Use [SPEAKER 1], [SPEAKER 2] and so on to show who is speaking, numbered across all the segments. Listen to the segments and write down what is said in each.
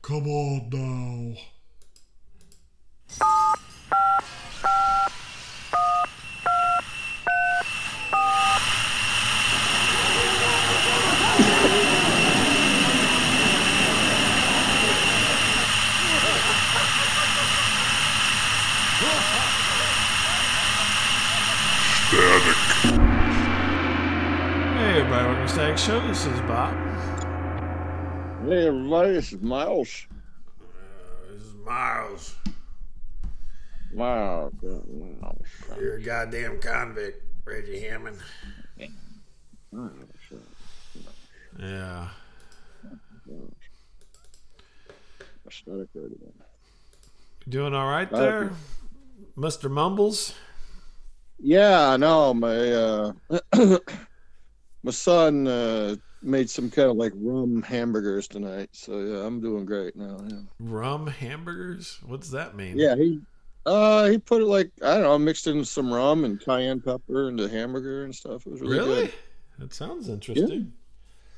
[SPEAKER 1] Come on now.
[SPEAKER 2] Hey everybody, welcome to Static Show. This is Bob.
[SPEAKER 3] Hey everybody, this is Miles.
[SPEAKER 2] This is Miles.
[SPEAKER 3] Miles. uh, Miles.
[SPEAKER 2] You're a goddamn convict, Reggie Hammond. Yeah.
[SPEAKER 3] Aesthetic radio.
[SPEAKER 2] Doing all right
[SPEAKER 3] Uh,
[SPEAKER 2] there, Mr. Mumbles?
[SPEAKER 3] Yeah, I know. My uh, my son uh, made some kind of like rum hamburgers tonight, so yeah, I'm doing great now. Yeah,
[SPEAKER 2] Rum hamburgers? What's that mean?
[SPEAKER 3] yeah he uh he put it like I don't know, mixed in some rum and cayenne pepper into hamburger and stuff. It was really,
[SPEAKER 2] Really?
[SPEAKER 3] good.
[SPEAKER 2] That sounds interesting.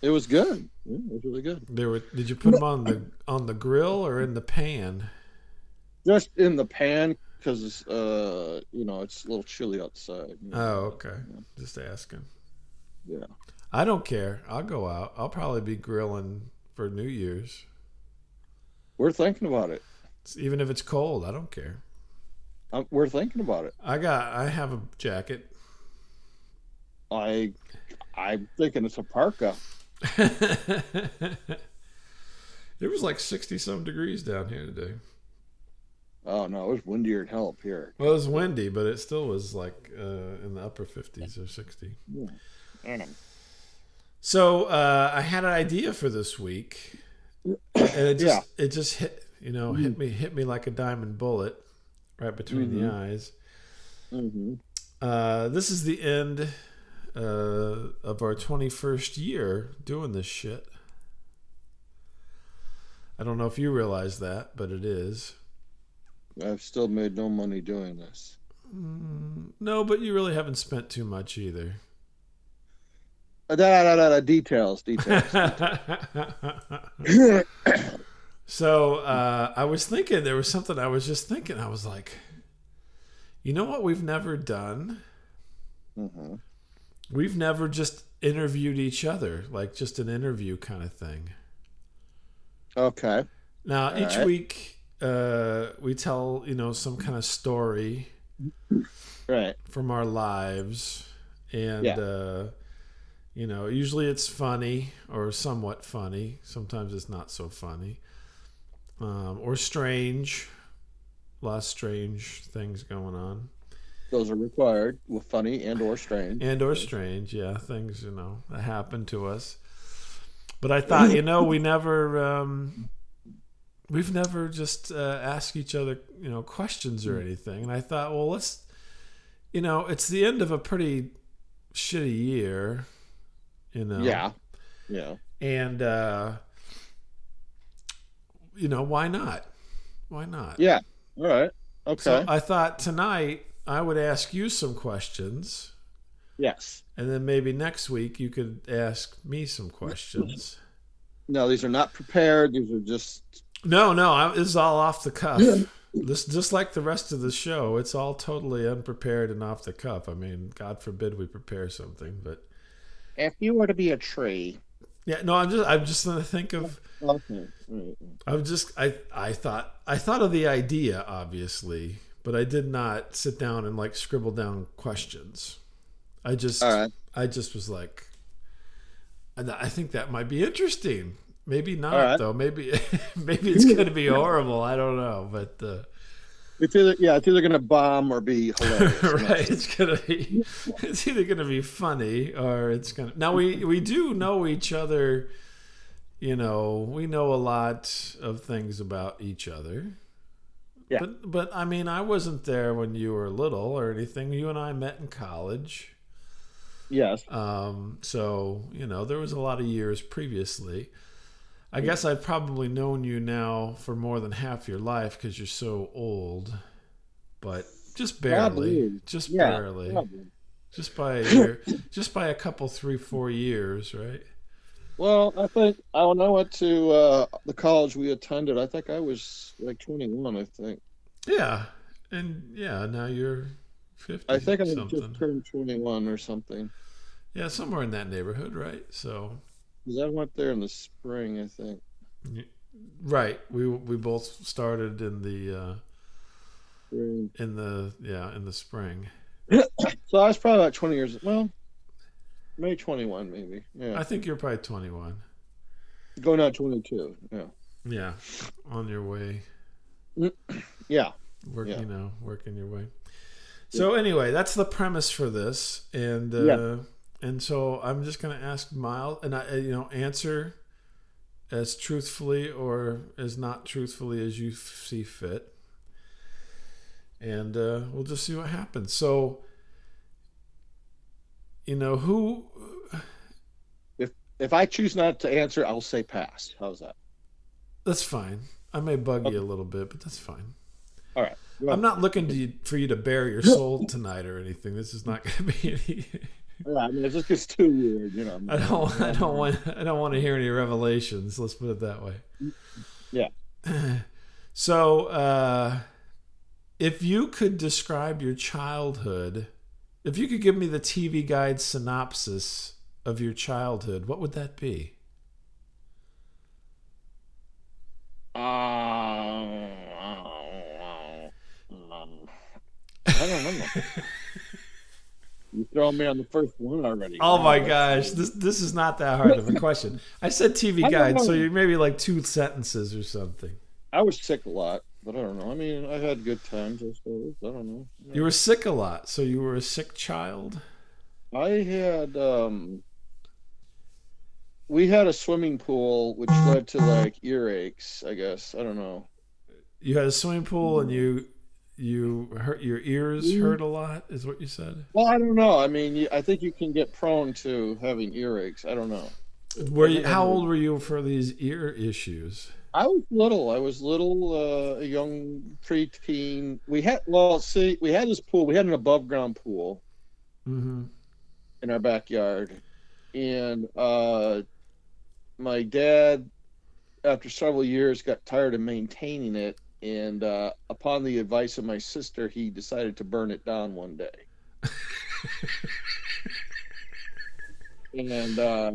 [SPEAKER 3] It was good. Yeah, it was really good.
[SPEAKER 2] They were. Did you put them on the on the grill or in the pan?
[SPEAKER 3] Just in the pan because uh you know it's a little chilly outside. you know.
[SPEAKER 2] Oh, okay. Just asking.
[SPEAKER 3] Yeah.
[SPEAKER 2] I don't care. I'll go out. I'll probably be grilling for New Year's,
[SPEAKER 3] We're thinking about it.
[SPEAKER 2] even if it's cold. I don't care.
[SPEAKER 3] i we're thinking about it.
[SPEAKER 2] I got. I have a jacket.
[SPEAKER 3] I I'm thinking it's a parka.
[SPEAKER 2] it was like 60 some degrees down here today.
[SPEAKER 3] Oh no, it was windier than hell up here.
[SPEAKER 2] Well, it was windy, but it still was like uh, in the upper 50s or 60. So uh, I had an idea for this week, and it just it just hit you know hit me hit me like a diamond bullet right between the eyes.
[SPEAKER 3] Mm-hmm.
[SPEAKER 2] Uh, this is the end uh, of our 21st year doing this shit. I don't know if you realize that, but it is.
[SPEAKER 3] I've still made no money doing this.
[SPEAKER 2] Mm, No, but you really haven't spent too much either.
[SPEAKER 3] Uh, Da, da, da, da, details, details.
[SPEAKER 2] so uh, I was thinking there was something I was just thinking. I was like, you know what we've never done?
[SPEAKER 3] Mhm.
[SPEAKER 2] We've never just interviewed each other, like just an interview kind of thing.
[SPEAKER 3] Okay.
[SPEAKER 2] Now each
[SPEAKER 3] right.
[SPEAKER 2] week uh, we tell you know some kind of story
[SPEAKER 3] Right.
[SPEAKER 2] from our lives and
[SPEAKER 3] Yeah.
[SPEAKER 2] uh you know usually it's funny or somewhat funny sometimes it's not so funny um or strange a lot of strange things going on
[SPEAKER 3] Those are required. Well, funny and or strange.
[SPEAKER 2] and or strange yeah things you know that happen to us but i thought you know we never um we've never just uh, asked each other you know questions or anything and i thought well let's you know it's the end of a pretty shitty year you know
[SPEAKER 3] Yeah. Yeah.
[SPEAKER 2] and uh you know why not why not
[SPEAKER 3] Yeah. All right. Okay.
[SPEAKER 2] so uh, i thought tonight i would ask you some questions
[SPEAKER 3] yes.
[SPEAKER 2] and then maybe next week you could ask me some questions.
[SPEAKER 3] No, these are not prepared. These are just
[SPEAKER 2] No, no, I, this is all off the cuff. This just like the rest of the show, it's all totally unprepared and off the cuff. I mean, God forbid we prepare something, but
[SPEAKER 3] if you were to be a tree.
[SPEAKER 2] yeah, no, I'm just I'm just gonna think of
[SPEAKER 3] Okay. All right.
[SPEAKER 2] I'm just I I thought I thought of the idea obviously, but I did not sit down and like scribble down questions. I just
[SPEAKER 3] All right.
[SPEAKER 2] I just was like, and I think that might be interesting. Maybe not
[SPEAKER 3] All right.
[SPEAKER 2] though. Maybe maybe it's going to be horrible. I don't know, but uh,
[SPEAKER 3] It's either yeah, it's either gonna bomb or be hilarious.
[SPEAKER 2] right, it's going to be it's either going to be funny or it's going to. Now we we do know each other. You know, we know a lot of things about each other.
[SPEAKER 3] Yeah.
[SPEAKER 2] But but I mean, I wasn't there when you were little or anything. You and I met in college.
[SPEAKER 3] Yes.
[SPEAKER 2] Um, so you know, there was a lot of years previously. I guess I've probably known you now for more than half your life because you're so old, but just barely,
[SPEAKER 3] Probably.
[SPEAKER 2] just
[SPEAKER 3] Yeah.
[SPEAKER 2] barely,
[SPEAKER 3] Probably.
[SPEAKER 2] just by a year, just by a couple, three, four years, right?
[SPEAKER 3] Well, I think I when I went to uh, the college we attended, I think I was like 21. I think
[SPEAKER 2] Yeah, and yeah, now you're fifty.
[SPEAKER 3] I think I
[SPEAKER 2] something.
[SPEAKER 3] just turned 21 or something.
[SPEAKER 2] yeah, somewhere in that neighborhood, right? So,
[SPEAKER 3] 'Cause I went there in the spring, I think.
[SPEAKER 2] right, we we both started in the uh,
[SPEAKER 3] Spring.
[SPEAKER 2] in the yeah in the spring.
[SPEAKER 3] So I was probably about 20 years. Well, maybe 21, maybe. Yeah,
[SPEAKER 2] I think you're probably twenty one.
[SPEAKER 3] going out 22. Yeah,
[SPEAKER 2] Yeah, on your way,
[SPEAKER 3] yeah.
[SPEAKER 2] work
[SPEAKER 3] Yeah.
[SPEAKER 2] you know, working your way. So anyway, that's the premise for this, and uh,
[SPEAKER 3] Yeah.
[SPEAKER 2] and so I'm just gonna ask Miles, and I uh, you know answer as truthfully or as not truthfully as you f- see fit, and uh, we'll just see what happens. So, you know who?
[SPEAKER 3] If I choose not to answer, I'll say pass. How's that?
[SPEAKER 2] That's fine. I may bug you a little bit, but that's fine.
[SPEAKER 3] All right. Go
[SPEAKER 2] I'm not looking to you, for you to bare your soul tonight or anything. This is not going to be any.
[SPEAKER 3] Yeah, I mean, it just gets too weird, you know.
[SPEAKER 2] I don't. I don't want. I don't want to hear any revelations. Let's put it that way.
[SPEAKER 3] Yeah.
[SPEAKER 2] So, uh, if you could describe your childhood, if you could give me the TV guide synopsis of your childhood, what would that be?
[SPEAKER 3] Um, I don't remember. you throw me on the first one already.
[SPEAKER 2] Oh my gosh, this this is not that hard of a question. I said TV
[SPEAKER 3] I don't
[SPEAKER 2] guide, so
[SPEAKER 3] know.
[SPEAKER 2] you're maybe like two sentences or something.
[SPEAKER 3] I was sick a lot, but I don't know. I mean, I had good times, I suppose. I don't know.
[SPEAKER 2] You were sick a lot, so you were a sick child.
[SPEAKER 3] I had um we had a swimming pool which led to like earaches, I guess. I don't know.
[SPEAKER 2] You had a swimming pool, and you you hurt your ears
[SPEAKER 3] Mm.
[SPEAKER 2] hurt a lot, is what you said.
[SPEAKER 3] Well, I don't know. I mean, you, I think you can get prone to having earaches. I don't know.
[SPEAKER 2] Were you, how old were you for these ear issues?
[SPEAKER 3] I was little. I was little, uh, a young preteen. We had well, see, we had this pool. We had an above ground pool
[SPEAKER 2] Mm-hmm.
[SPEAKER 3] in our backyard, and uh, my dad, after several years, got tired of maintaining it, and uh, upon the advice of my sister, he decided to burn it down one day. and uh,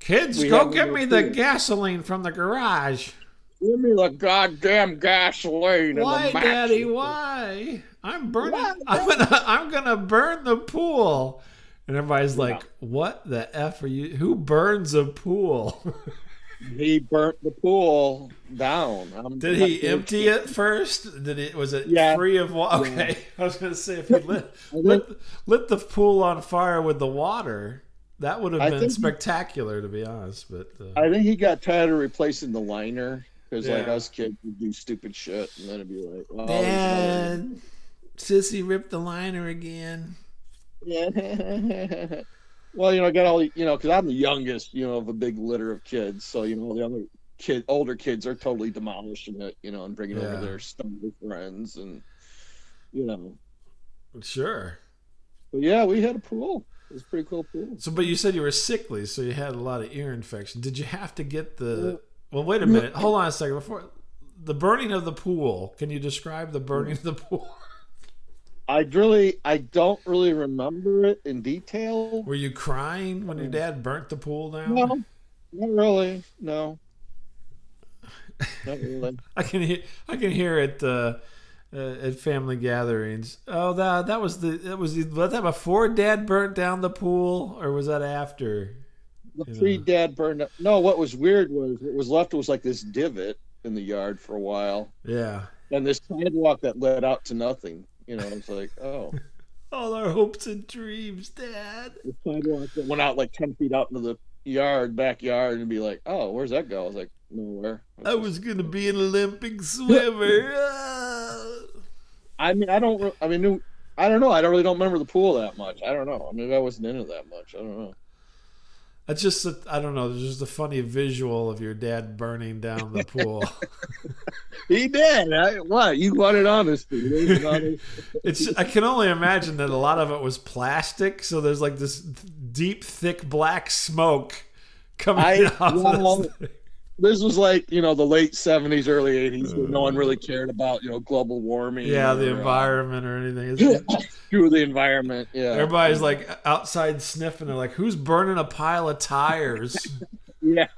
[SPEAKER 2] Kids,
[SPEAKER 3] We
[SPEAKER 2] go
[SPEAKER 3] had
[SPEAKER 2] get
[SPEAKER 3] little
[SPEAKER 2] me the
[SPEAKER 3] kids.
[SPEAKER 2] gasoline from the garage.
[SPEAKER 3] give me the goddamn gasoline.
[SPEAKER 2] Why,
[SPEAKER 3] and the matches.
[SPEAKER 2] Daddy? Why? I'm burning.
[SPEAKER 3] Why?
[SPEAKER 2] I'm gonna. I'm gonna burn the pool. And everybody's like, "What the f are you? Who burns a pool?
[SPEAKER 3] He burnt the pool down. I'm
[SPEAKER 2] Did
[SPEAKER 3] not
[SPEAKER 2] he
[SPEAKER 3] sure.
[SPEAKER 2] empty it first? Did it? Was it
[SPEAKER 3] Yeah.
[SPEAKER 2] free of water? Okay, I was gonna say if he lit
[SPEAKER 3] I think-
[SPEAKER 2] lit, lit the pool on fire with the water, that would have
[SPEAKER 3] I
[SPEAKER 2] been
[SPEAKER 3] think he-
[SPEAKER 2] spectacular, to be honest. But uh,
[SPEAKER 3] I think he got tired of replacing the liner because, like,
[SPEAKER 2] Yeah.
[SPEAKER 3] us kids would do stupid shit, and then it'd be like, oh,
[SPEAKER 2] Dad, sissy ripped the liner again.
[SPEAKER 3] there's another one." well, you know, I got all the, you know, because I'm the youngest, you know, of a big litter of kids. So, you know, the other kid, older kids are totally demolishing it, you know, and bringing
[SPEAKER 2] Yeah.
[SPEAKER 3] over their stumble friends, and you know,
[SPEAKER 2] Sure.
[SPEAKER 3] but yeah, we had a pool. It was a pretty cool pool.
[SPEAKER 2] So, but you said you were sickly, so you had a lot of ear infection. Did you have to get the? Well, wait a minute. Hold on a second. Before the burning of the pool, can you describe the burning of the pool?
[SPEAKER 3] I really, I don't really remember it in detail.
[SPEAKER 2] Were you crying when your dad burnt the pool down?
[SPEAKER 3] No, not really. No, not really.
[SPEAKER 2] I can hear. I can hear it. Uh, uh, at family gatherings. Oh, that that was the that was the, was that before Dad burnt down the pool, or was that after?
[SPEAKER 3] The
[SPEAKER 2] Yeah.
[SPEAKER 3] pre dad burned up. No, what was weird was what was left was like this divot in the yard for a while,
[SPEAKER 2] Yeah.
[SPEAKER 3] and this sidewalk that led out to nothing. You know, it's like oh,
[SPEAKER 2] All our hopes and dreams, Dad.
[SPEAKER 3] the sidewalk that went out like ten feet out into the yard, backyard, and be like, oh, where's that go? I was like, nowhere.
[SPEAKER 2] I was gonna be an Olympic swimmer. Ah.
[SPEAKER 3] I mean, I don't. re- I mean, I don't know. I don't really don't remember the pool that much. I don't know. I mean, I wasn't into that much. I don't know.
[SPEAKER 2] That's just a, I don't know. There's just a funny visual of your dad burning down the pool.
[SPEAKER 3] He did. I, what you wanted honesty? You wanted honesty.
[SPEAKER 2] it's I can only imagine that a lot of it was plastic, so there's like this deep, thick black smoke coming
[SPEAKER 3] I-
[SPEAKER 2] out of
[SPEAKER 3] well,
[SPEAKER 2] this thing.
[SPEAKER 3] This was like you know the late seventies, early eighties, when no one
[SPEAKER 2] Uh.
[SPEAKER 3] really cared about you know global warming.
[SPEAKER 2] yeah,
[SPEAKER 3] or,
[SPEAKER 2] the
[SPEAKER 3] uh,
[SPEAKER 2] environment or anything. It's-
[SPEAKER 3] through the environment. Yeah,
[SPEAKER 2] Everybody's like outside sniffing. They're like, "Who's burning a pile of tires?"
[SPEAKER 3] yeah.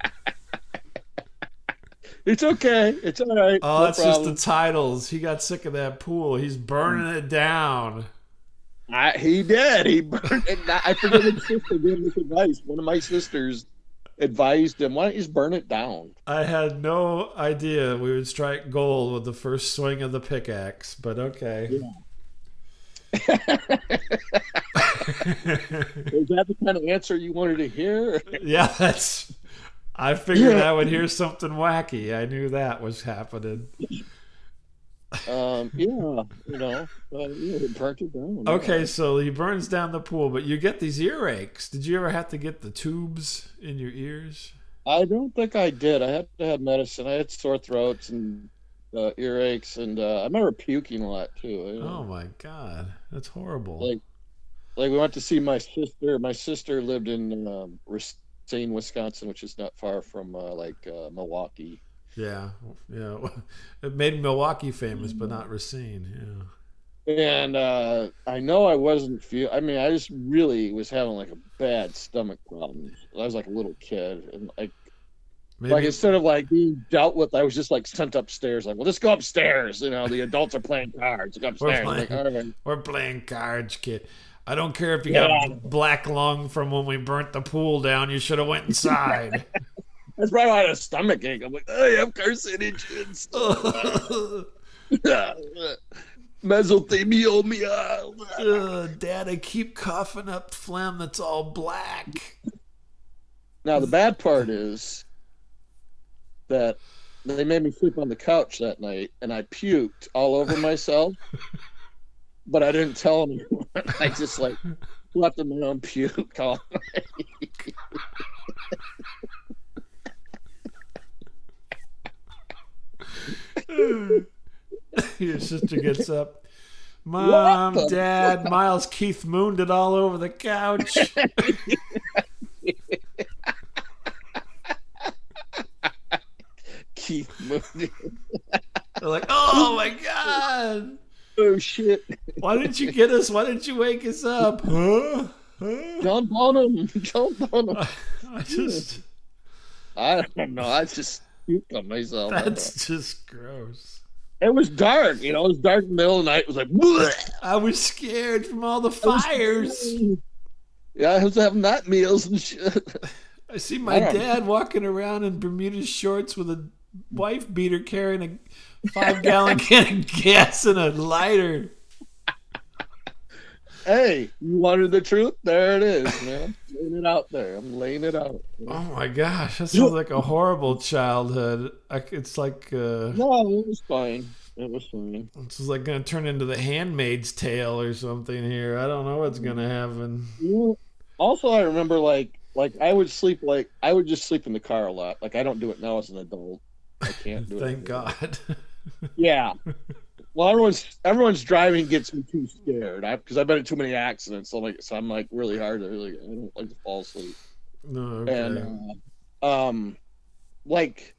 [SPEAKER 3] it's okay. It's all right.
[SPEAKER 2] Oh,
[SPEAKER 3] no
[SPEAKER 2] that's
[SPEAKER 3] problem.
[SPEAKER 2] just the titles. He got sick of that pool. He's burning it down.
[SPEAKER 3] I, he did. He burned it. down. I forget his sister gave him this advice. One of my sisters advised him, "Why don't you just burn it down?"
[SPEAKER 2] I had no idea we would strike gold with the first swing of the pickaxe, but okay.
[SPEAKER 3] Is that the kind of answer you wanted to hear?
[SPEAKER 2] yeah, that's. I figured
[SPEAKER 3] Yeah.
[SPEAKER 2] I would hear something wacky. I knew that was happening.
[SPEAKER 3] Um, yeah, you know, uh, yeah, he burnt it down.
[SPEAKER 2] Okay, so he burns down the pool, but you get these earaches. Did you ever have to get the tubes in your ears?
[SPEAKER 3] I don't think I did. I had to have medicine. I had sore throats and uh, earaches, and uh, I remember puking a lot too.
[SPEAKER 2] Oh my god, that's horrible.
[SPEAKER 3] Like- Like we went to see my sister. My sister lived in um, Racine, Wisconsin, which is not far from uh, like uh, Milwaukee.
[SPEAKER 2] yeah, yeah. It made Milwaukee famous, but not Racine. Yeah.
[SPEAKER 3] And uh, I know I wasn't feel. I mean, I just really was having like a bad stomach problem. I was like a little kid, and like
[SPEAKER 2] Maybe,
[SPEAKER 3] like instead of like being dealt with, I was just like sent upstairs. Like, well, let's go upstairs. You know, the adults are playing cards. Go upstairs.
[SPEAKER 2] playing-
[SPEAKER 3] Like, all right.
[SPEAKER 2] We're playing cards, kid. I don't care if you
[SPEAKER 3] Yeah.
[SPEAKER 2] got black lung from when we burnt the pool down. You should have went inside.
[SPEAKER 3] That's probably why I had a stomach ache. I'm like, I have carcinogens.
[SPEAKER 2] Ugh,
[SPEAKER 3] Mesothelioma.
[SPEAKER 2] Dad, I keep coughing up phlegm that's all black.
[SPEAKER 3] Now the bad part is that they made me sleep on the couch that night, and I puked all over myself. but I didn't tell anyone. I just like left in my own puke. All
[SPEAKER 2] Your sister gets up. Mom,
[SPEAKER 3] the-
[SPEAKER 2] Dad, Miles Keith mooned it all over the couch.
[SPEAKER 3] Keith moved.
[SPEAKER 2] They're like, oh my God.
[SPEAKER 3] Oh shit!
[SPEAKER 2] Why didn't you get us? Why didn't you wake us up? Huh? Huh?
[SPEAKER 3] John Bonham. John Bonham.
[SPEAKER 2] I just.
[SPEAKER 3] I don't know. I just puked on myself. I don't
[SPEAKER 2] That's just gross.
[SPEAKER 3] know. It was dark. You know, it was dark in the middle of the night. It was like. "Bleh."
[SPEAKER 2] I was scared from all the fires.
[SPEAKER 3] Yeah, I was having that meals and shit.
[SPEAKER 2] I see my
[SPEAKER 3] Yeah.
[SPEAKER 2] dad walking around in Bermuda shorts with a wife beater carrying a five gallon can of gas and a lighter.
[SPEAKER 3] Hey, you wanted the truth? There it is, man. I'm laying it out there. I'm laying it out.
[SPEAKER 2] Oh my gosh, that sounds like a horrible childhood. I c it's like uh,
[SPEAKER 3] No, it was fine. It was fine.
[SPEAKER 2] it's like going to turn into the Handmaid's Tale or something here. I don't know what's going to happen.
[SPEAKER 3] You- Also, I remember like like I would sleep like I would just sleep in the car a lot. Like I don't do it now as an adult. I can't do it.
[SPEAKER 2] Thank God.
[SPEAKER 3] Yeah. Well, everyone's everyone's driving gets me too scared because I've been in too many accidents. So like, so I'm like really hard to really I don't like to fall asleep.
[SPEAKER 2] no, okay.
[SPEAKER 3] And uh, um, like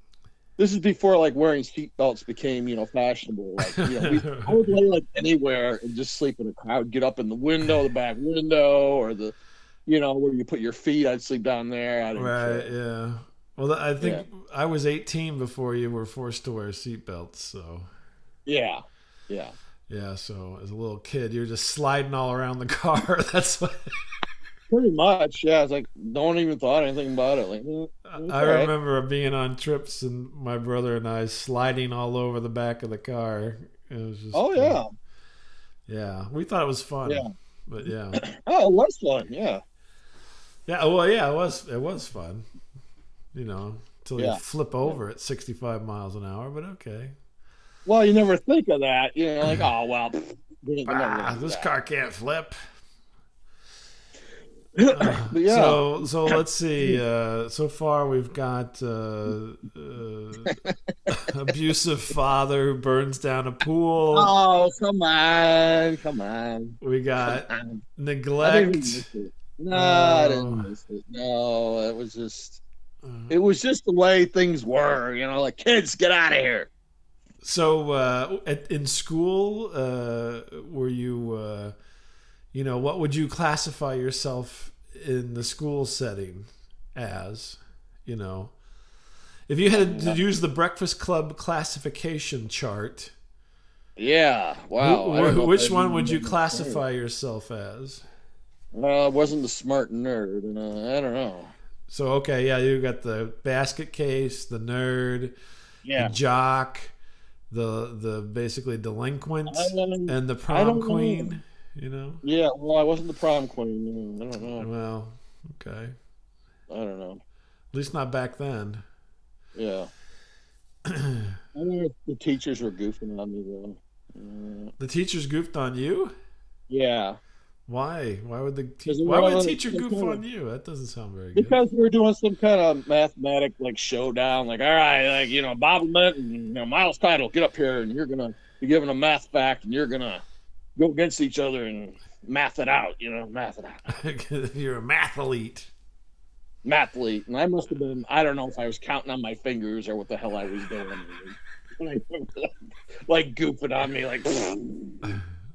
[SPEAKER 3] this is before like wearing seatbelts became you know fashionable. Like you know, we, I would lay like anywhere and just sleep in a car. I would get up in the window, the back window, or the you know where you put your feet. I'd sleep down there. I didn't
[SPEAKER 2] Right.
[SPEAKER 3] care.
[SPEAKER 2] Yeah. Well, I think I was 18 before you were forced to wear seatbelts. So
[SPEAKER 3] Yeah. Yeah.
[SPEAKER 2] yeah. So as a little kid, you're just sliding all around the car. That's what
[SPEAKER 3] Pretty much. Yeah. It's like no one even thought anything about it. Like. eh.
[SPEAKER 2] I
[SPEAKER 3] Okay.
[SPEAKER 2] remember being on trips and my brother and I sliding all over the back of the car. It was just
[SPEAKER 3] Oh yeah.
[SPEAKER 2] Yeah. We thought it was fun.
[SPEAKER 3] Yeah.
[SPEAKER 2] But yeah.
[SPEAKER 3] Oh, it was fun. Yeah.
[SPEAKER 2] Yeah. Well, yeah. It was. It was fun. You know, until
[SPEAKER 3] Yeah.
[SPEAKER 2] you flip over at 65 miles an hour. But okay.
[SPEAKER 3] Well, you never think of that. You know, like, oh well, pfft, we didn't- we never
[SPEAKER 2] Ah,
[SPEAKER 3] did
[SPEAKER 2] this
[SPEAKER 3] that.
[SPEAKER 2] car can't flip.
[SPEAKER 3] But yeah,
[SPEAKER 2] So so let's see. Uh, so far we've got uh, uh, abusive father who burns down a pool.
[SPEAKER 3] oh come on, come on.
[SPEAKER 2] We got
[SPEAKER 3] Um, I didn't
[SPEAKER 2] neglect.
[SPEAKER 3] miss it. No, I
[SPEAKER 2] Oh.
[SPEAKER 3] didn't miss it. No, it was just
[SPEAKER 2] Uh,
[SPEAKER 3] It was just the way things were, you know, like kids get out of here.
[SPEAKER 2] So uh, at, in school, uh, were you, uh, you know, what would you classify yourself in the school setting as? You know, if you had to use the Breakfast Club classification chart,
[SPEAKER 3] Yeah. Wow. I
[SPEAKER 2] wh-
[SPEAKER 3] don't know if
[SPEAKER 2] which
[SPEAKER 3] I'd
[SPEAKER 2] one
[SPEAKER 3] even
[SPEAKER 2] would you
[SPEAKER 3] remember.
[SPEAKER 2] classify yourself as?
[SPEAKER 3] Well, I wasn't the smart nerd, and uh, I don't know.
[SPEAKER 2] So okay, yeah, you got the basket case, the nerd,
[SPEAKER 3] Yeah.
[SPEAKER 2] the jock, the the basically delinquent,
[SPEAKER 3] I don't-
[SPEAKER 2] and the
[SPEAKER 3] I
[SPEAKER 2] prom
[SPEAKER 3] don't know.
[SPEAKER 2] queen. You know.
[SPEAKER 3] uh, Yeah. Well, I wasn't the prom queen. I don't know.
[SPEAKER 2] Well, okay. At
[SPEAKER 3] I don't know.
[SPEAKER 2] least not back then.
[SPEAKER 3] Yeah. I wonder if the teachers were goofing on me though. Mm,
[SPEAKER 2] The teachers goofed on you.
[SPEAKER 3] Yeah,
[SPEAKER 2] Why? Why would the te-
[SPEAKER 3] 'Cause it
[SPEAKER 2] why would a
[SPEAKER 3] was-
[SPEAKER 2] teacher
[SPEAKER 3] it
[SPEAKER 2] goof
[SPEAKER 3] was-
[SPEAKER 2] on you? That doesn't sound very good.
[SPEAKER 3] because we were doing some kind of mathematic like showdown. Like, all right, like you know, Bob Lett and you know Miles Title, get up here, and you're gonna be given a math fact, and you're gonna go against each other and math it out. You know, math it out.
[SPEAKER 2] You're a mathlete.
[SPEAKER 3] mathlete, and I must have been. I don't know if I was counting on my fingers or what the hell I was doing. Like, like goofing on me, like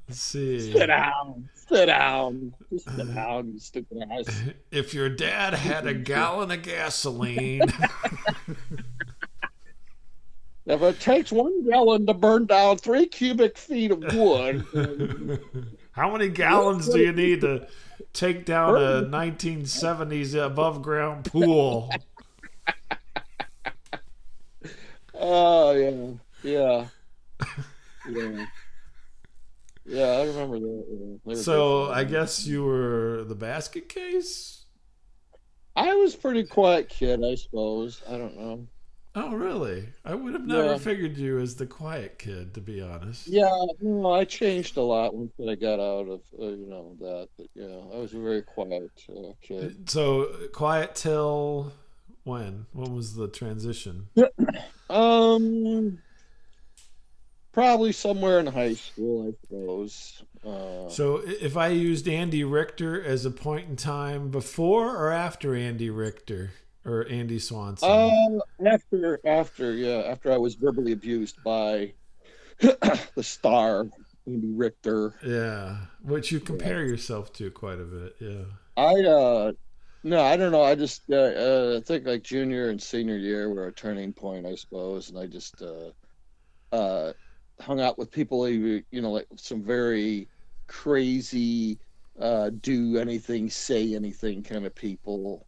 [SPEAKER 2] Let's see.
[SPEAKER 3] sit down, sit down, just sit down, you stupid ass.
[SPEAKER 2] If your dad had a gallon of gasoline,
[SPEAKER 3] If it takes one gallon to burn down three cubic feet of wood,
[SPEAKER 2] how many gallons do you need to take down a 1970s above ground pool?
[SPEAKER 3] oh yeah, yeah, yeah, yeah. I remember that. yeah. They were
[SPEAKER 2] So
[SPEAKER 3] good.
[SPEAKER 2] I guess you were the basket case.
[SPEAKER 3] I was pretty quiet kid, I suppose. I don't know.
[SPEAKER 2] Oh, really? I would have never
[SPEAKER 3] Yeah.
[SPEAKER 2] figured you as the quiet kid, to be honest.
[SPEAKER 3] Yeah, no, I changed a lot once I got out of uh, you know that. But yeah, I was a very quiet uh, kid.
[SPEAKER 2] So quiet till when? When was the transition?
[SPEAKER 3] Um, probably somewhere in high school, I suppose. Uh,
[SPEAKER 2] So i- if I used Andy Richter as a point in time before or after Andy Richter or Andy Swanson?
[SPEAKER 3] uh, after after yeah, after I was verbally abused by the star Andy Richter,
[SPEAKER 2] yeah, which you compare yourself to quite a bit. Yeah.
[SPEAKER 3] I uh. No, I don't know. I just uh, uh, I think like junior and senior year were a turning point, I suppose, and I just uh, uh, hung out with people, who, you know, like some very crazy, uh, do anything, say anything kind of people,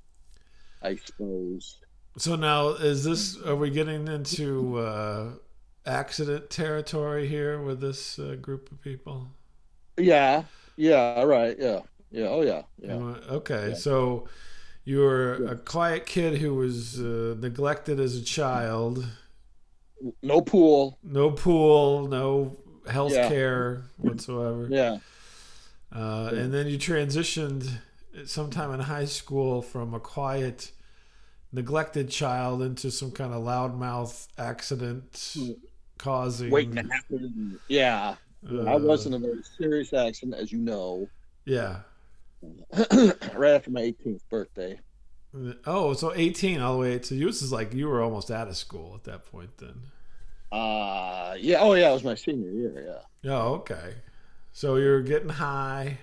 [SPEAKER 3] I suppose.
[SPEAKER 2] So now is this? Are we getting into uh, accident territory here with this uh, group of people?
[SPEAKER 3] Yeah, yeah, all right, yeah, yeah, oh yeah,
[SPEAKER 2] You
[SPEAKER 3] yeah,
[SPEAKER 2] want- Okay,
[SPEAKER 3] Yeah.
[SPEAKER 2] so you were
[SPEAKER 3] Yeah.
[SPEAKER 2] a quiet kid who was uh, neglected as a child.
[SPEAKER 3] no pool,
[SPEAKER 2] No pool, no health
[SPEAKER 3] Yeah.
[SPEAKER 2] care whatsoever.
[SPEAKER 3] yeah,
[SPEAKER 2] Uh,
[SPEAKER 3] Yeah.
[SPEAKER 2] And then you transitioned at sometime in high school from a quiet, neglected child into some kind of loudmouth accident
[SPEAKER 3] Hmm.
[SPEAKER 2] causing.
[SPEAKER 3] waiting to happen. Yeah, I
[SPEAKER 2] uh,
[SPEAKER 3] wasn't a very serious accident, as you know.
[SPEAKER 2] Yeah.
[SPEAKER 3] right after my 18th birthday.
[SPEAKER 2] Oh, so 18 all the way to you. This is like you were almost out of school at that point then.
[SPEAKER 3] Uh yeah, oh yeah, it was my senior year, yeah.
[SPEAKER 2] Oh, okay. So you're getting high.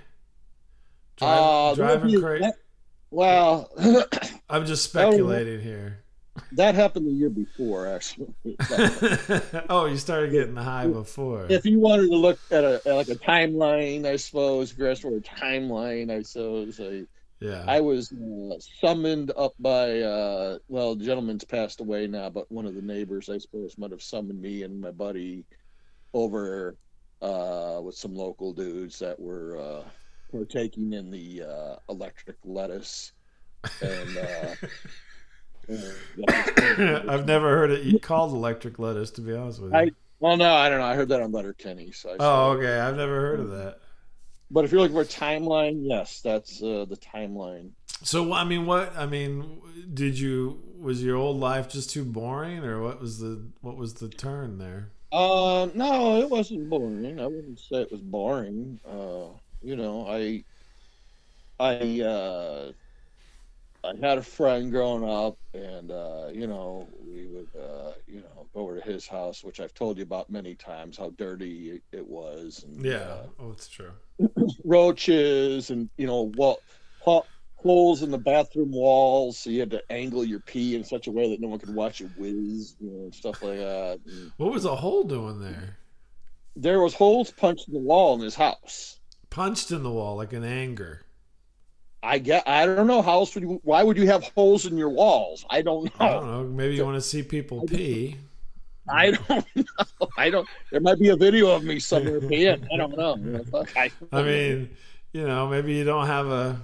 [SPEAKER 2] Drive,
[SPEAKER 3] Uh,
[SPEAKER 2] driving
[SPEAKER 3] maybe
[SPEAKER 2] crazy.
[SPEAKER 3] that- Well,
[SPEAKER 2] I'm just
[SPEAKER 3] Oh,
[SPEAKER 2] speculating here.
[SPEAKER 3] that happened the year before, actually.
[SPEAKER 2] oh, you started getting high before.
[SPEAKER 3] if you wanted to look at a at like a timeline, I suppose, Gress or a timeline, I suppose, I,
[SPEAKER 2] Yeah.
[SPEAKER 3] I was uh, summoned up by uh, well, the gentleman's passed away now, but one of the neighbors, I suppose, might have summoned me and my buddy over uh, with some local dudes that were uh, partaking in the uh, electric lettuce. And uh, uh,
[SPEAKER 2] I've never heard it e- called electric lettuce, to be honest with you.
[SPEAKER 3] I- well, no, I don't know. I heard that on Letterkenny. So I
[SPEAKER 2] oh, okay. I've never heard of that.
[SPEAKER 3] but if you're looking for a timeline, yes, that's uh, the timeline.
[SPEAKER 2] So, I mean, what? I mean, did you? Was your old life just too boring, or what was the what was the turn there?
[SPEAKER 3] Uh, no, it wasn't boring. I wouldn't say it was boring. Uh, you know, I, I, uh, I had a friend growing up, and uh, you know, we would, uh, you know, go over to his house, which I've told you about many times how dirty it was, and
[SPEAKER 2] Yeah.
[SPEAKER 3] uh,
[SPEAKER 2] oh, it's true.
[SPEAKER 3] roaches, and you know, wall, ho- holes in the bathroom walls, so you had to angle your pee in such a way that no one could watch it whiz, you know, and stuff like that. And
[SPEAKER 2] What was a hole doing there?
[SPEAKER 3] there was holes punched in the wall in his house.
[SPEAKER 2] Punched in the wall like an anger.
[SPEAKER 3] I get. I don't know. How else would you? Why would you have holes in your walls? I don't know.
[SPEAKER 2] I don't know. Maybe you want to see people pee.
[SPEAKER 3] I don't know. I don't. There might be a video of me somewhere being. I don't know. Fuck, I,
[SPEAKER 2] I mean, you know, maybe you don't have a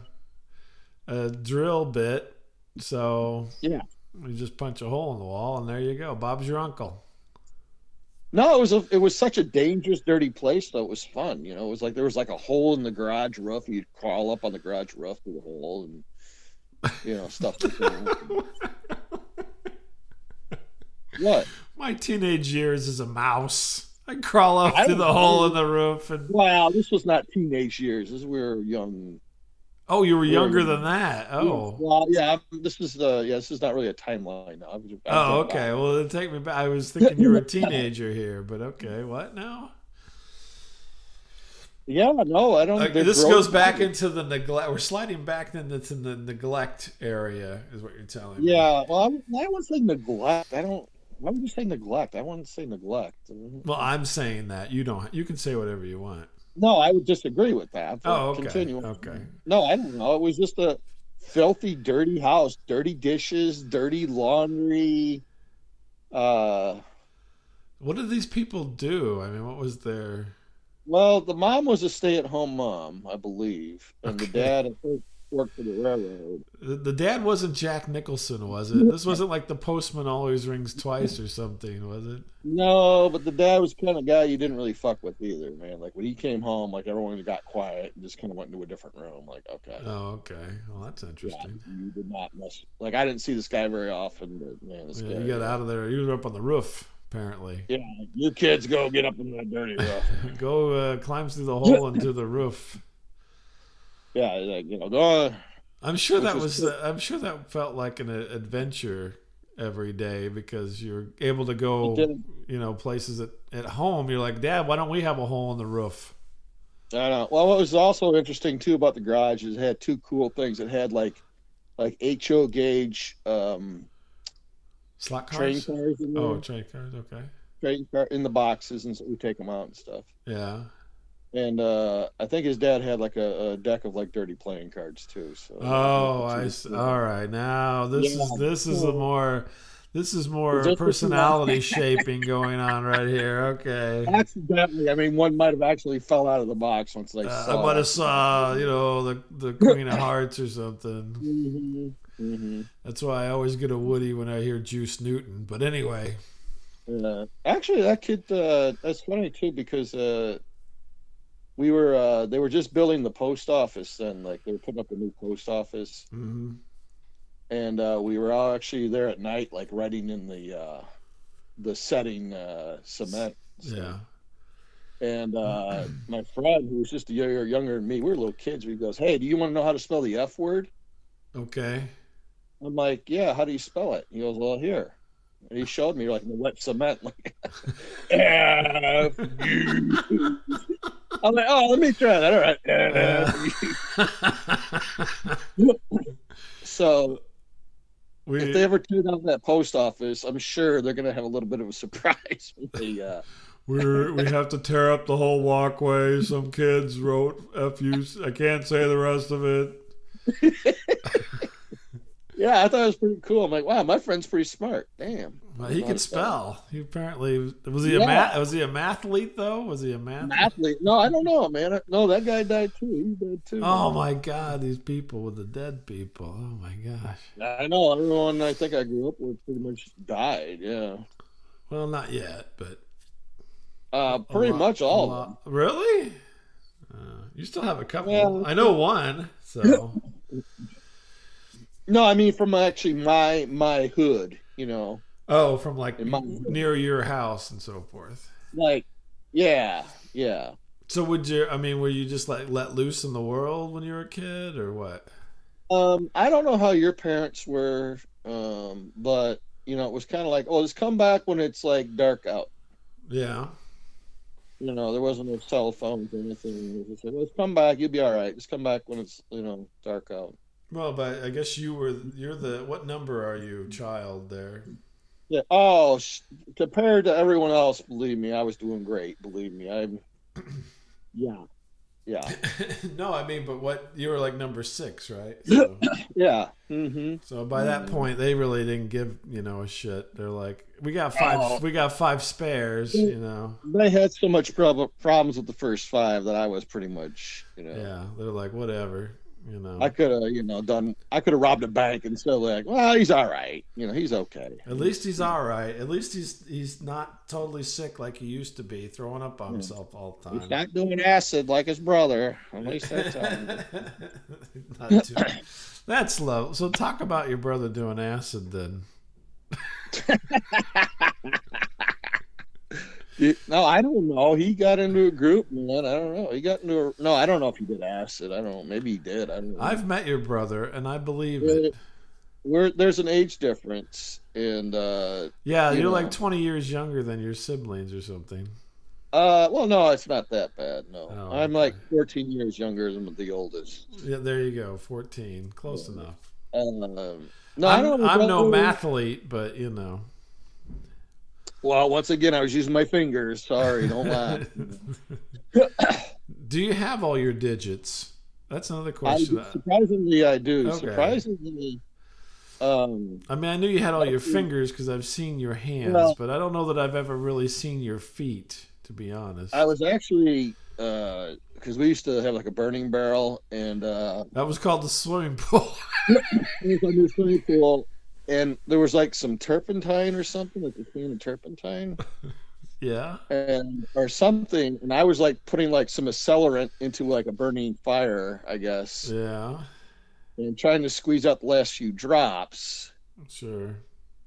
[SPEAKER 2] a drill bit, so
[SPEAKER 3] Yeah.
[SPEAKER 2] you just punch a hole in the wall, and there you go. Bob's your uncle.
[SPEAKER 3] no, it was a, it was such a dangerous, dirty place though. It was fun. You know, it was like there was like a hole in the garage roof. You'd crawl up on the garage roof through the hole and you know stuff. Like that. what?
[SPEAKER 2] My teenage years as a mouse, I crawl up
[SPEAKER 3] I
[SPEAKER 2] through the
[SPEAKER 3] don't
[SPEAKER 2] hole
[SPEAKER 3] know.
[SPEAKER 2] in the roof, and
[SPEAKER 3] Wow, this was not teenage years. This is we were young.
[SPEAKER 2] oh, you were
[SPEAKER 3] Yeah.
[SPEAKER 2] younger than that. Oh,
[SPEAKER 3] Well, yeah. This is the yeah. This is not really a timeline. now. I'm just- I'm
[SPEAKER 2] oh,
[SPEAKER 3] thinking
[SPEAKER 2] okay. Well, then take me back. I was thinking you were a teenager here, but okay, what now?
[SPEAKER 3] Yeah, no, I don't.
[SPEAKER 2] Like,
[SPEAKER 3] they're
[SPEAKER 2] this
[SPEAKER 3] grown-
[SPEAKER 2] goes back into the neglect. We're sliding back into the neglect area, is what you're telling me.
[SPEAKER 3] Yeah, well, I, would- I would say neglect. I don't. Why would you say neglect? I wouldn't say neglect.
[SPEAKER 2] Well, I'm saying that you don't. You can say whatever you want.
[SPEAKER 3] No, I would disagree with that. but
[SPEAKER 2] Oh, okay.
[SPEAKER 3] Continue.
[SPEAKER 2] Okay.
[SPEAKER 3] No, I don't know. It was just a filthy, dirty house, dirty dishes, dirty laundry. Uh,
[SPEAKER 2] What did these people do? I mean, what was their?
[SPEAKER 3] well, the mom was a stay-at-home mom, I believe, and the
[SPEAKER 2] Okay.
[SPEAKER 3] dad I think, worked for the railroad.
[SPEAKER 2] The the dad wasn't Jack Nicholson, was it? This wasn't like the postman always rings twice or something, was it?
[SPEAKER 3] No, but the dad was kind of guy you didn't really fuck with either, man. Like when he came home, like everyone got quiet and just kind of went into a different room. Like, okay.
[SPEAKER 2] Oh, okay. Well, that's interesting.
[SPEAKER 3] you did not mess. Like I didn't see this guy very often, but man, this
[SPEAKER 2] Yeah,
[SPEAKER 3] guy.
[SPEAKER 2] you got out of there. You were up on the roof, apparently.
[SPEAKER 3] Yeah, like, you kids go get up in that dirty rough.
[SPEAKER 2] Go uh, climb through the hole into the roof.
[SPEAKER 3] yeah, like you know, go on.
[SPEAKER 2] I'm sure that
[SPEAKER 3] Which
[SPEAKER 2] was.
[SPEAKER 3] was
[SPEAKER 2] The, I'm sure that felt like an a- adventure every day because you're able to go,
[SPEAKER 3] It did.
[SPEAKER 2] you know, places at, at home. You're like, Dad, why don't we have a hole in the roof?
[SPEAKER 3] I don't know. Well, what was also interesting too about the garage is it had two cool things. It had like, like HO gauge um,
[SPEAKER 2] Slot
[SPEAKER 3] train
[SPEAKER 2] cars.
[SPEAKER 3] cars in there,
[SPEAKER 2] Oh, train cars. Okay.
[SPEAKER 3] train car in the boxes, and so we take them out and stuff.
[SPEAKER 2] Yeah.
[SPEAKER 3] And uh, I think his dad had like a, a deck of like dirty playing cards too. So
[SPEAKER 2] Oh, I. s- All right. Now this
[SPEAKER 3] Yeah.
[SPEAKER 2] is this is a more this is more
[SPEAKER 3] Just-
[SPEAKER 2] personality shaping going on right here. Okay.
[SPEAKER 3] Accidentally, I mean, one might have actually fell out of the box once they
[SPEAKER 2] Uh,
[SPEAKER 3] saw.
[SPEAKER 2] I might
[SPEAKER 3] it.
[SPEAKER 2] have saw uh, you know the the Queen of Hearts or something.
[SPEAKER 3] Mhm. Mhm.
[SPEAKER 2] That's why I always get a Woody when I hear Juice Newton. But anyway.
[SPEAKER 3] Yeah. Actually, that kid, uh, that's funny too, because uh, we were, uh, they were just building the post office then. Like, they were putting up a new post office.
[SPEAKER 2] hmm
[SPEAKER 3] And uh, we were all actually there at night, like, writing in the, uh, the setting uh, cement.
[SPEAKER 2] Yeah.
[SPEAKER 3] And uh, my friend, who was just a year younger than me, we were little kids, he goes, Hey, do you want to know how to spell the F word?
[SPEAKER 2] Okay.
[SPEAKER 3] I'm like, yeah, how do you spell it? He goes, well, here. And he showed me like the wet cement. Like, F U. I'm like, oh, let me try that. All right. F U. So if they
[SPEAKER 2] we
[SPEAKER 3] ever tune out that post office, I'm sure they're going to have a little bit of a surprise. when they, uh,
[SPEAKER 2] we're, we have to tear up the whole walkway. Some kids wrote "f you." I can't say the rest of it.
[SPEAKER 3] yeah, I thought it was pretty cool. I'm like, wow, my friend's pretty smart. Damn.
[SPEAKER 2] Well, he could spell. He apparently was he a
[SPEAKER 3] Yeah.
[SPEAKER 2] math? Was he a mathlete though? Was he a math?
[SPEAKER 3] An athlete. No, I don't know, man. No, that guy died too. He died too.
[SPEAKER 2] Oh my God! These people with the dead people. Oh my gosh.
[SPEAKER 3] I know. Everyone I think I grew up with pretty much died. Yeah.
[SPEAKER 2] Well, not yet, but
[SPEAKER 3] Uh,
[SPEAKER 2] a
[SPEAKER 3] pretty
[SPEAKER 2] lot-
[SPEAKER 3] much
[SPEAKER 2] a
[SPEAKER 3] all of them.
[SPEAKER 2] lot- Really? Uh, you still have a couple.
[SPEAKER 3] Well-
[SPEAKER 2] I know one. So
[SPEAKER 3] No, I mean from actually my my hood, you know,
[SPEAKER 2] oh, from like
[SPEAKER 3] In my-
[SPEAKER 2] near your house and so forth.
[SPEAKER 3] like yeah, yeah.
[SPEAKER 2] So would you? I mean, were you just like let loose in the world when you were a kid, or what?
[SPEAKER 3] Um, I don't know how your parents were, um, but you know, it was kind of like, oh, just come back when it's like dark out.
[SPEAKER 2] Yeah.
[SPEAKER 3] You know, there wasn't no cell phones or anything. It was just like, let's come back, you'll be all right. Just come back when it's you know dark out.
[SPEAKER 2] Well, but I guess you were you're the what number are you, child? There.
[SPEAKER 3] Yeah. Oh, sh- compared to everyone else, believe me, I was doing great. Believe me, I'm. Yeah. Yeah.
[SPEAKER 2] no, I mean, but what you were like number six, right? So,
[SPEAKER 3] Yeah. Mm-hmm.
[SPEAKER 2] so by that point, they really didn't give you know a shit. They're like, we got five,
[SPEAKER 3] Oh.
[SPEAKER 2] we got five spares, you know.
[SPEAKER 3] They had so much prob- problems with the first five that I was pretty much, you know,
[SPEAKER 2] Yeah, they're like, whatever, you know.
[SPEAKER 3] I could have, you know, done. I could have robbed a bank and still like, well, he's all right. You know, he's okay.
[SPEAKER 2] At least he's all right. At least he's he's not totally sick like he used to be, throwing up on
[SPEAKER 3] Yeah.
[SPEAKER 2] himself all the time.
[SPEAKER 3] He's not doing acid like his brother. At least that's all.
[SPEAKER 2] Not too- That's low. So talk about your brother doing acid then.
[SPEAKER 3] You- No, I don't know. He got into a group, man. I don't know. He got into a. No, I don't know if he did acid. I don't know. Maybe he did. I don't know.
[SPEAKER 2] I've met your brother and I believe
[SPEAKER 3] Really?
[SPEAKER 2] it.
[SPEAKER 3] We're, there's an age difference, and uh,
[SPEAKER 2] Yeah,
[SPEAKER 3] You
[SPEAKER 2] you're
[SPEAKER 3] know.
[SPEAKER 2] like 20 years younger than your siblings or something.
[SPEAKER 3] uh, well, no, it's not that bad. No,
[SPEAKER 2] Oh,
[SPEAKER 3] I'm
[SPEAKER 2] okay.
[SPEAKER 3] like 14 years younger than the oldest.
[SPEAKER 2] Yeah, there you go. 14. Close
[SPEAKER 3] Yeah.
[SPEAKER 2] enough.
[SPEAKER 3] Um, no, I
[SPEAKER 2] I'm,
[SPEAKER 3] don't.
[SPEAKER 2] I'm no
[SPEAKER 3] really-
[SPEAKER 2] mathlete, but you know.
[SPEAKER 3] Well, once again, I was using my fingers. Sorry, don't laugh.
[SPEAKER 2] Do you have all your digits? That's another
[SPEAKER 3] I,
[SPEAKER 2] question. I,
[SPEAKER 3] surprisingly, I do.
[SPEAKER 2] Okay.
[SPEAKER 3] Surprisingly, um,
[SPEAKER 2] I mean, I knew you had all your
[SPEAKER 3] Actually-
[SPEAKER 2] fingers because I've seen your hands,
[SPEAKER 3] Well-
[SPEAKER 2] but I don't know that I've ever really seen your feet, to be honest.
[SPEAKER 3] I was actually because we used to have like a burning barrel, and uh,
[SPEAKER 2] that was called the swimming pool.
[SPEAKER 3] it was under the swimming pool, and there was like some turpentine or something, like a can of turpentine,
[SPEAKER 2] yeah.
[SPEAKER 3] and or something, and I was like putting like some accelerant into like a burning fire, I guess,
[SPEAKER 2] Yeah.
[SPEAKER 3] and trying to squeeze out the last few drops.
[SPEAKER 2] Sure.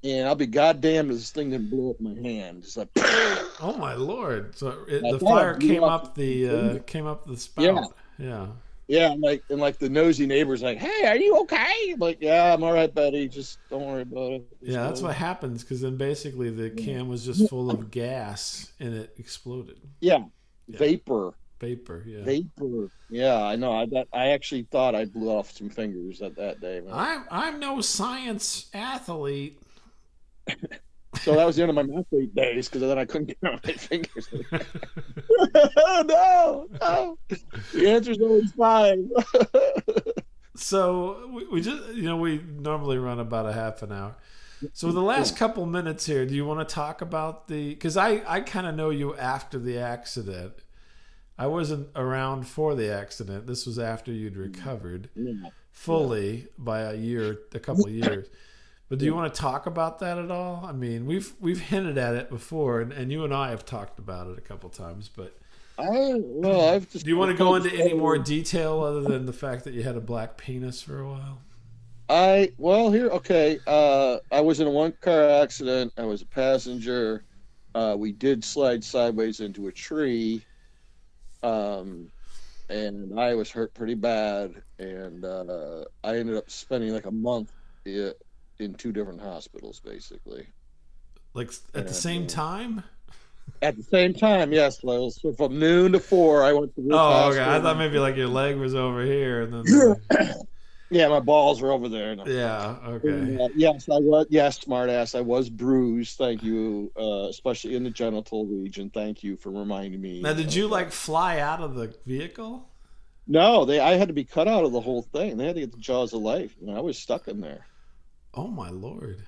[SPEAKER 3] And I'll be goddamn if this thing didn't blow up my hand. Just like,
[SPEAKER 2] Oh my lord! So it,
[SPEAKER 3] I
[SPEAKER 2] the
[SPEAKER 3] thought
[SPEAKER 2] fire
[SPEAKER 3] it blew
[SPEAKER 2] came
[SPEAKER 3] up
[SPEAKER 2] up the uh, came up the spout. Yeah.
[SPEAKER 3] yeah, and like, and like the nosy neighbor's like, hey, are you okay? I'm like, yeah, I'm all right, buddy. Just don't worry about it.
[SPEAKER 2] Yeah. that's
[SPEAKER 3] So-
[SPEAKER 2] what happens because then basically the can was just full of gas and it exploded.
[SPEAKER 3] Yeah,
[SPEAKER 2] Yeah.
[SPEAKER 3] vapor,
[SPEAKER 2] Vapor. Yeah.
[SPEAKER 3] vapor. Yeah, I know. I that, I actually thought I blew off some fingers at that day. Man.
[SPEAKER 2] I'm I'm no science athlete.
[SPEAKER 3] So that was the end of my athlete days because then I couldn't get out my fingers. no, no. The answer's always five.
[SPEAKER 2] So we, we just you know we normally run about a half an hour. So the last couple minutes here, do you want to talk about the? Because I I kind of know you after the accident. I wasn't around for the accident. This was after you'd recovered
[SPEAKER 3] yeah.
[SPEAKER 2] fully by a year, a couple of years. But do you want to talk about that at all? I mean, we've we've hinted at it before, and, and you and I have talked about it a couple times. But
[SPEAKER 3] I well, I've just.
[SPEAKER 2] do you want to go into any more detail other than the fact that you had a black penis for a while?
[SPEAKER 3] I well here okay. Uh, I was in a one car accident. I was a passenger. Uh, we did slide sideways into a tree, um, and I was hurt pretty bad. And uh, I ended up spending like a month i- in two different hospitals, basically.
[SPEAKER 2] Like at the same time?
[SPEAKER 3] At the same time, yes, Lil. So from noon to four, I went to. this
[SPEAKER 2] Oh, okay. I
[SPEAKER 3] hospital.
[SPEAKER 2] thought maybe like your leg was over here, and
[SPEAKER 3] Yeah.
[SPEAKER 2] then
[SPEAKER 3] Yeah, my balls were over there. And I'm
[SPEAKER 2] yeah, okay,
[SPEAKER 3] Uh, yes, I was. Yes, smartass, I was bruised. Thank you, uh, especially in the genital region. Thank you for reminding me.
[SPEAKER 2] Now, did
[SPEAKER 3] of
[SPEAKER 2] you
[SPEAKER 3] that.
[SPEAKER 2] like fly out of the vehicle?
[SPEAKER 3] No, they. I had to be cut out of the whole thing. They had to get the jaws of life, and I was stuck in there.
[SPEAKER 2] Oh my lord!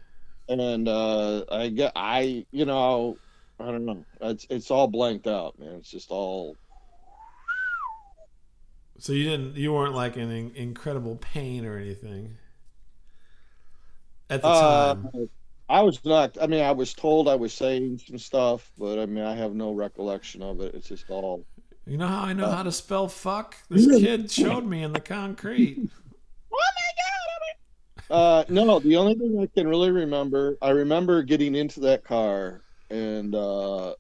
[SPEAKER 3] And uh, I get. I. You know. I don't know. It's it's all blanked out, man. It's just all.
[SPEAKER 2] So you didn't, you weren't like in in- incredible pain or anything at the
[SPEAKER 3] Uh,
[SPEAKER 2] time.
[SPEAKER 3] I was not. I mean, I was told I was saying some stuff, but I mean, I have no recollection of it. It's just all.
[SPEAKER 2] You know how I know
[SPEAKER 3] uh,
[SPEAKER 2] how to spell fuck? This kid showed me in the concrete.
[SPEAKER 3] Uh, no, the only thing I can really remember, I remember getting into that car, and uh,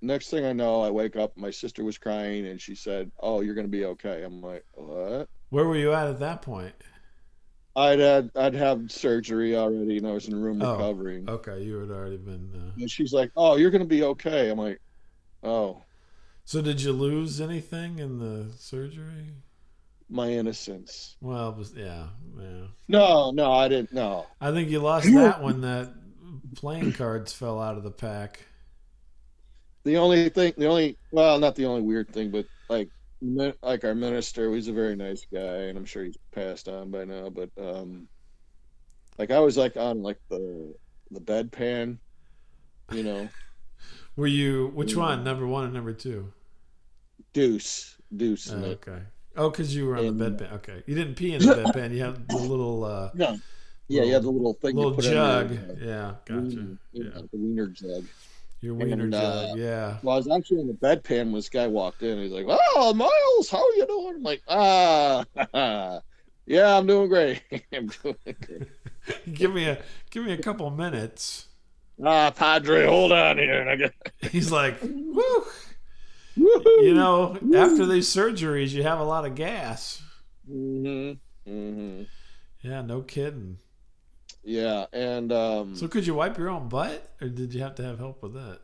[SPEAKER 3] next thing I know, I wake up. My sister was crying, and she said, "Oh, you're gonna be okay." I'm like, "What?"
[SPEAKER 2] Where were you at at that point?
[SPEAKER 3] I'd had I'd have surgery already, and I was in room
[SPEAKER 2] Oh.
[SPEAKER 3] recovering.
[SPEAKER 2] Okay, you had already been. Uh...
[SPEAKER 3] And she's like, "Oh, you're gonna be okay." I'm like, "Oh,
[SPEAKER 2] So did you lose anything in the surgery?
[SPEAKER 3] my innocence."
[SPEAKER 2] Well, it was, yeah, yeah.
[SPEAKER 3] No, no, I didn't. No,
[SPEAKER 2] I think you lost that when that playing cards fell out of the pack.
[SPEAKER 3] the only thing, the only well, not the only weird thing, but like, mi- like our minister, he's a very nice guy, and I'm sure he's passed on by now. But um, like I was like on like the the bedpan, you know,
[SPEAKER 2] Were you which
[SPEAKER 3] Mm.
[SPEAKER 2] one? Number one and number two?
[SPEAKER 3] deuce, deuce,
[SPEAKER 2] Oh,
[SPEAKER 3] in it.
[SPEAKER 2] okay. Oh, because you were on the
[SPEAKER 3] And-
[SPEAKER 2] bedpan. Okay, you didn't pee in the bedpan. You had the little uh,
[SPEAKER 3] no, yeah, you have the little thing,
[SPEAKER 2] little
[SPEAKER 3] you put
[SPEAKER 2] jug.
[SPEAKER 3] In there,
[SPEAKER 2] Yeah,
[SPEAKER 3] uh,
[SPEAKER 2] gotcha.
[SPEAKER 3] wiener, you know,
[SPEAKER 2] Yeah.
[SPEAKER 3] the wiener jug.
[SPEAKER 2] Your wiener
[SPEAKER 3] And, uh,
[SPEAKER 2] jug. Yeah.
[SPEAKER 3] Well, I was actually in the bedpan when this guy walked in. He's like, "Oh, Miles, how are you doing?" I'm like, "Ah, yeah, I'm doing great. I'm doing great."
[SPEAKER 2] give me a give me a couple minutes.
[SPEAKER 3] Ah, Padre, hold on here. And I get,
[SPEAKER 2] He's like, woo.
[SPEAKER 3] Woo-hoo.
[SPEAKER 2] You know, after these surgeries, you have a lot of gas.
[SPEAKER 3] Mm-hmm. Mm-hmm.
[SPEAKER 2] Yeah, no kidding.
[SPEAKER 3] Yeah, and um,
[SPEAKER 2] So could you wipe your own butt, or did you have to have help with that?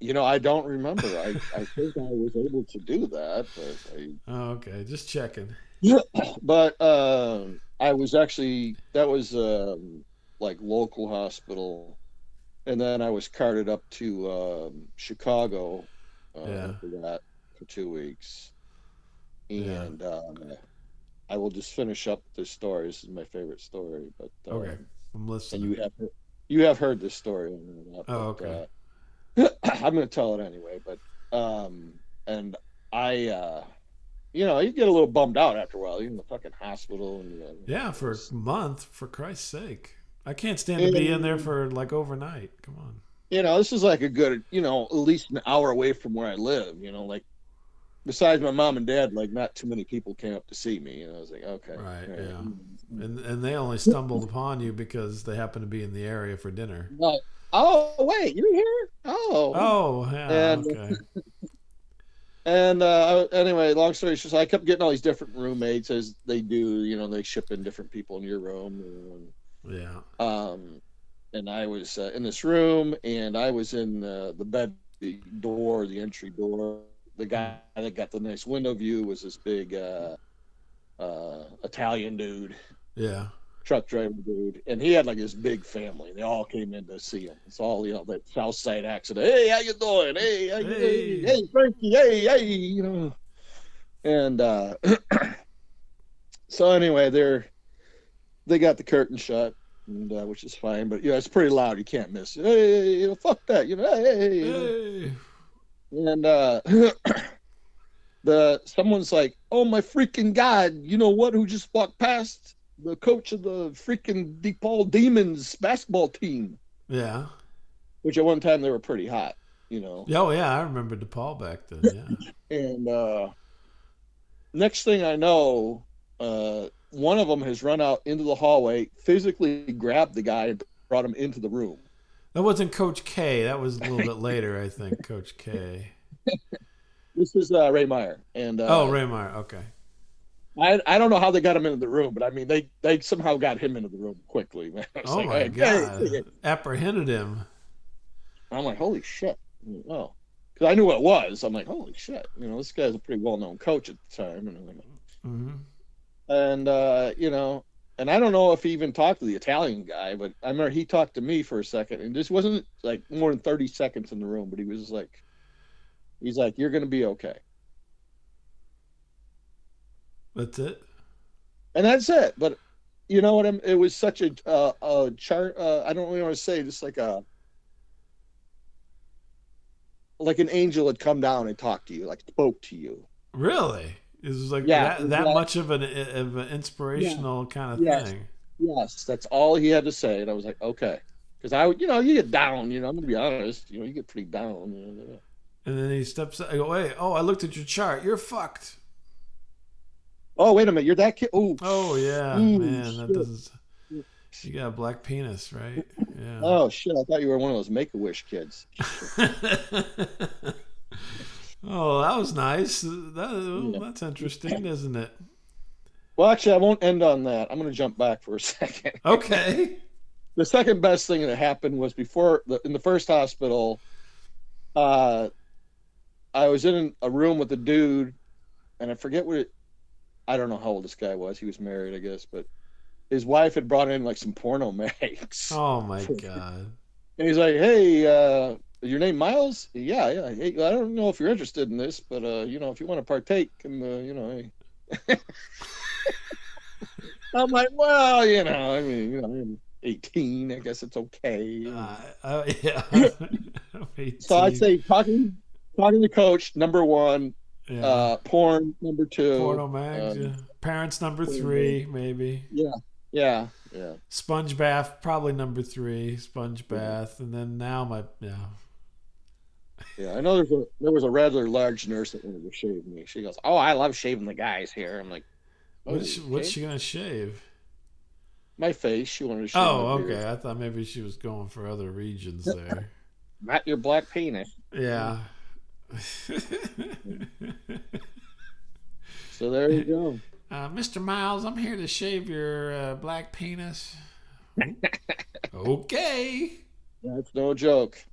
[SPEAKER 3] you know, I don't remember. I, I think I was able to do that, but I
[SPEAKER 2] Oh, okay, just checking.
[SPEAKER 3] but um, I was actually that was um, like local hospital, and then I was carted up to um, Chicago uh,
[SPEAKER 2] Yeah.
[SPEAKER 3] for that for two weeks,
[SPEAKER 2] Yeah.
[SPEAKER 3] and um, I will just finish up this story. This is my favorite story, but uh,
[SPEAKER 2] Okay, I'm
[SPEAKER 3] and
[SPEAKER 2] listening.
[SPEAKER 3] you have heard- you have heard this story. I know that,
[SPEAKER 2] Oh,
[SPEAKER 3] but,
[SPEAKER 2] okay.
[SPEAKER 3] uh, I'm going to tell it anyway, but um, and I, uh, you know, you get a little bummed out after a while. You're in the fucking hospital, and uh, you're,
[SPEAKER 2] yeah, for a month, for Christ's sake. I can't stand to be in there for like overnight. Come on.
[SPEAKER 3] you know, this is like a good, you know, at least an hour away from where I live. You know, like besides my mom and dad, like not too many people came up to see me, and I was like, okay,
[SPEAKER 2] Right,
[SPEAKER 3] all
[SPEAKER 2] yeah. And and they only stumbled upon you because they happened to be in the area for dinner.
[SPEAKER 3] Like, oh wait, you're here? Oh,
[SPEAKER 2] Oh, yeah,
[SPEAKER 3] And-
[SPEAKER 2] okay.
[SPEAKER 3] And uh, I- anyway, long story short, so I kept getting all these different roommates as they do. You know, they ship in different people in your room. And,
[SPEAKER 2] Yeah.
[SPEAKER 3] um, and I was uh, in this room, and I was in uh, the bed, the door, the entry door. The guy that got the nice window view was this big uh, uh, Italian dude,
[SPEAKER 2] Yeah.
[SPEAKER 3] truck driver dude, and he had like this big family. They all came in to see him. It's all you know that South Side accident. Hey, how you doing? Hey, how you,
[SPEAKER 2] Hey.
[SPEAKER 3] hey, hey, Frankie. Hey, hey, you know. And uh, so anyway, they're they got the curtain shut, and uh, which is fine. But yeah, it's pretty loud. You can't miss. it. Hey, you know, fuck that. You know, hey, hey, you know.
[SPEAKER 2] Hey.
[SPEAKER 3] And uh, the someone's like, "Oh my freaking god! You know what? Who just walked past the coach of the freaking DePaul Demons basketball team?
[SPEAKER 2] Yeah.
[SPEAKER 3] Which at one time they were pretty hot, you know."
[SPEAKER 2] Oh yeah, I remember DePaul back then. Yeah.
[SPEAKER 3] And uh, next thing I know, uh, one of them has run out into the hallway, physically grabbed the guy, and brought him into the room.
[SPEAKER 2] That wasn't Coach K. That was a little bit later, I think. Coach K.
[SPEAKER 3] This is uh, Ray Meyer, and uh,
[SPEAKER 2] Oh, Raymar. Okay.
[SPEAKER 3] I, I don't know how they got him into the room, but I mean they they somehow got him into the room quickly. Man. I was
[SPEAKER 2] Oh
[SPEAKER 3] like,
[SPEAKER 2] my
[SPEAKER 3] "Hey,
[SPEAKER 2] God.
[SPEAKER 3] hey, hey."
[SPEAKER 2] Apprehended him.
[SPEAKER 3] I'm like, holy shit! Oh, because I knew what it was. I'm like, holy shit! You know, this guy's a pretty well known coach at the time, and I'm like,
[SPEAKER 2] hmm
[SPEAKER 3] and uh, you know, and I don't know if he even talked to the Italian guy, but I remember he talked to me for a second, and this wasn't like more than thirty seconds in the room, but he was just like, he's like, you're gonna be okay,
[SPEAKER 2] That's it.
[SPEAKER 3] and that's it. But you know what? I'm, it was such a uh, a chart. Uh, I don't really want to say just like a like an angel had come down and talked to you, like spoke to you.
[SPEAKER 2] Really? It was like
[SPEAKER 3] Yeah,
[SPEAKER 2] that, that
[SPEAKER 3] yeah.
[SPEAKER 2] much of an of an inspirational kind of
[SPEAKER 3] Yes.
[SPEAKER 2] thing.
[SPEAKER 3] Yes, that's all he had to say, and I was like, okay, because I, would- you know, you get down. You know, I'm gonna be honest. You know, you get pretty down. You know.
[SPEAKER 2] And then he steps. I go, hey, oh, I looked at your chart. You're fucked.
[SPEAKER 3] Oh, wait a minute, you're that kid. Oh,
[SPEAKER 2] Oh yeah,
[SPEAKER 3] Ooh,
[SPEAKER 2] man. That
[SPEAKER 3] shit.
[SPEAKER 2] doesn't. You got a black penis, right? Yeah.
[SPEAKER 3] oh shit, I thought you were one of those Make a Wish kids.
[SPEAKER 2] oh, that was nice. That, well,
[SPEAKER 3] Yeah.
[SPEAKER 2] That's interesting, isn't it?
[SPEAKER 3] Well, actually, I won't end on that. I'm going to jump back for a second.
[SPEAKER 2] Okay.
[SPEAKER 3] the second best thing that happened was before the, in the first hospital uh i was in a room with a dude and i forget what it, i don't know how old this guy was he was married i guess but his wife had brought in like some porno mags
[SPEAKER 2] Oh my god.
[SPEAKER 3] and he's like hey uh your name miles yeah yeah hey, i don't know if you're interested in this but uh you know if you want to partake and uh, you know hey. i'm like well you know i mean you know i'm 18 i guess it's okay
[SPEAKER 2] Uh, uh, yeah.
[SPEAKER 3] So I'd say talking talking to coach number one,
[SPEAKER 2] yeah.
[SPEAKER 3] uh, porn number two.
[SPEAKER 2] Porno mags.
[SPEAKER 3] um,
[SPEAKER 2] yeah. Parents number
[SPEAKER 3] porno
[SPEAKER 2] three, maybe.
[SPEAKER 3] Yeah, yeah.
[SPEAKER 2] Sponge bath, probably number three. Sponge bath, and then now my yeah.
[SPEAKER 3] Yeah, I know there's a there was a rather large nurse that wanted to shave me. She goes, "Oh, I love shaving the guys here." I'm like,
[SPEAKER 2] What's she, what's
[SPEAKER 3] Oh, okay.
[SPEAKER 2] she gonna shave?
[SPEAKER 3] My face. She wanted to shave.
[SPEAKER 2] Oh,
[SPEAKER 3] my beard.
[SPEAKER 2] okay. I thought maybe she was going for other regions there.
[SPEAKER 3] Not your black penis.
[SPEAKER 2] Yeah.
[SPEAKER 3] So there you go.
[SPEAKER 2] uh, Mr. Miles, I'm here to shave your uh, black penis. okay.
[SPEAKER 3] That's no joke.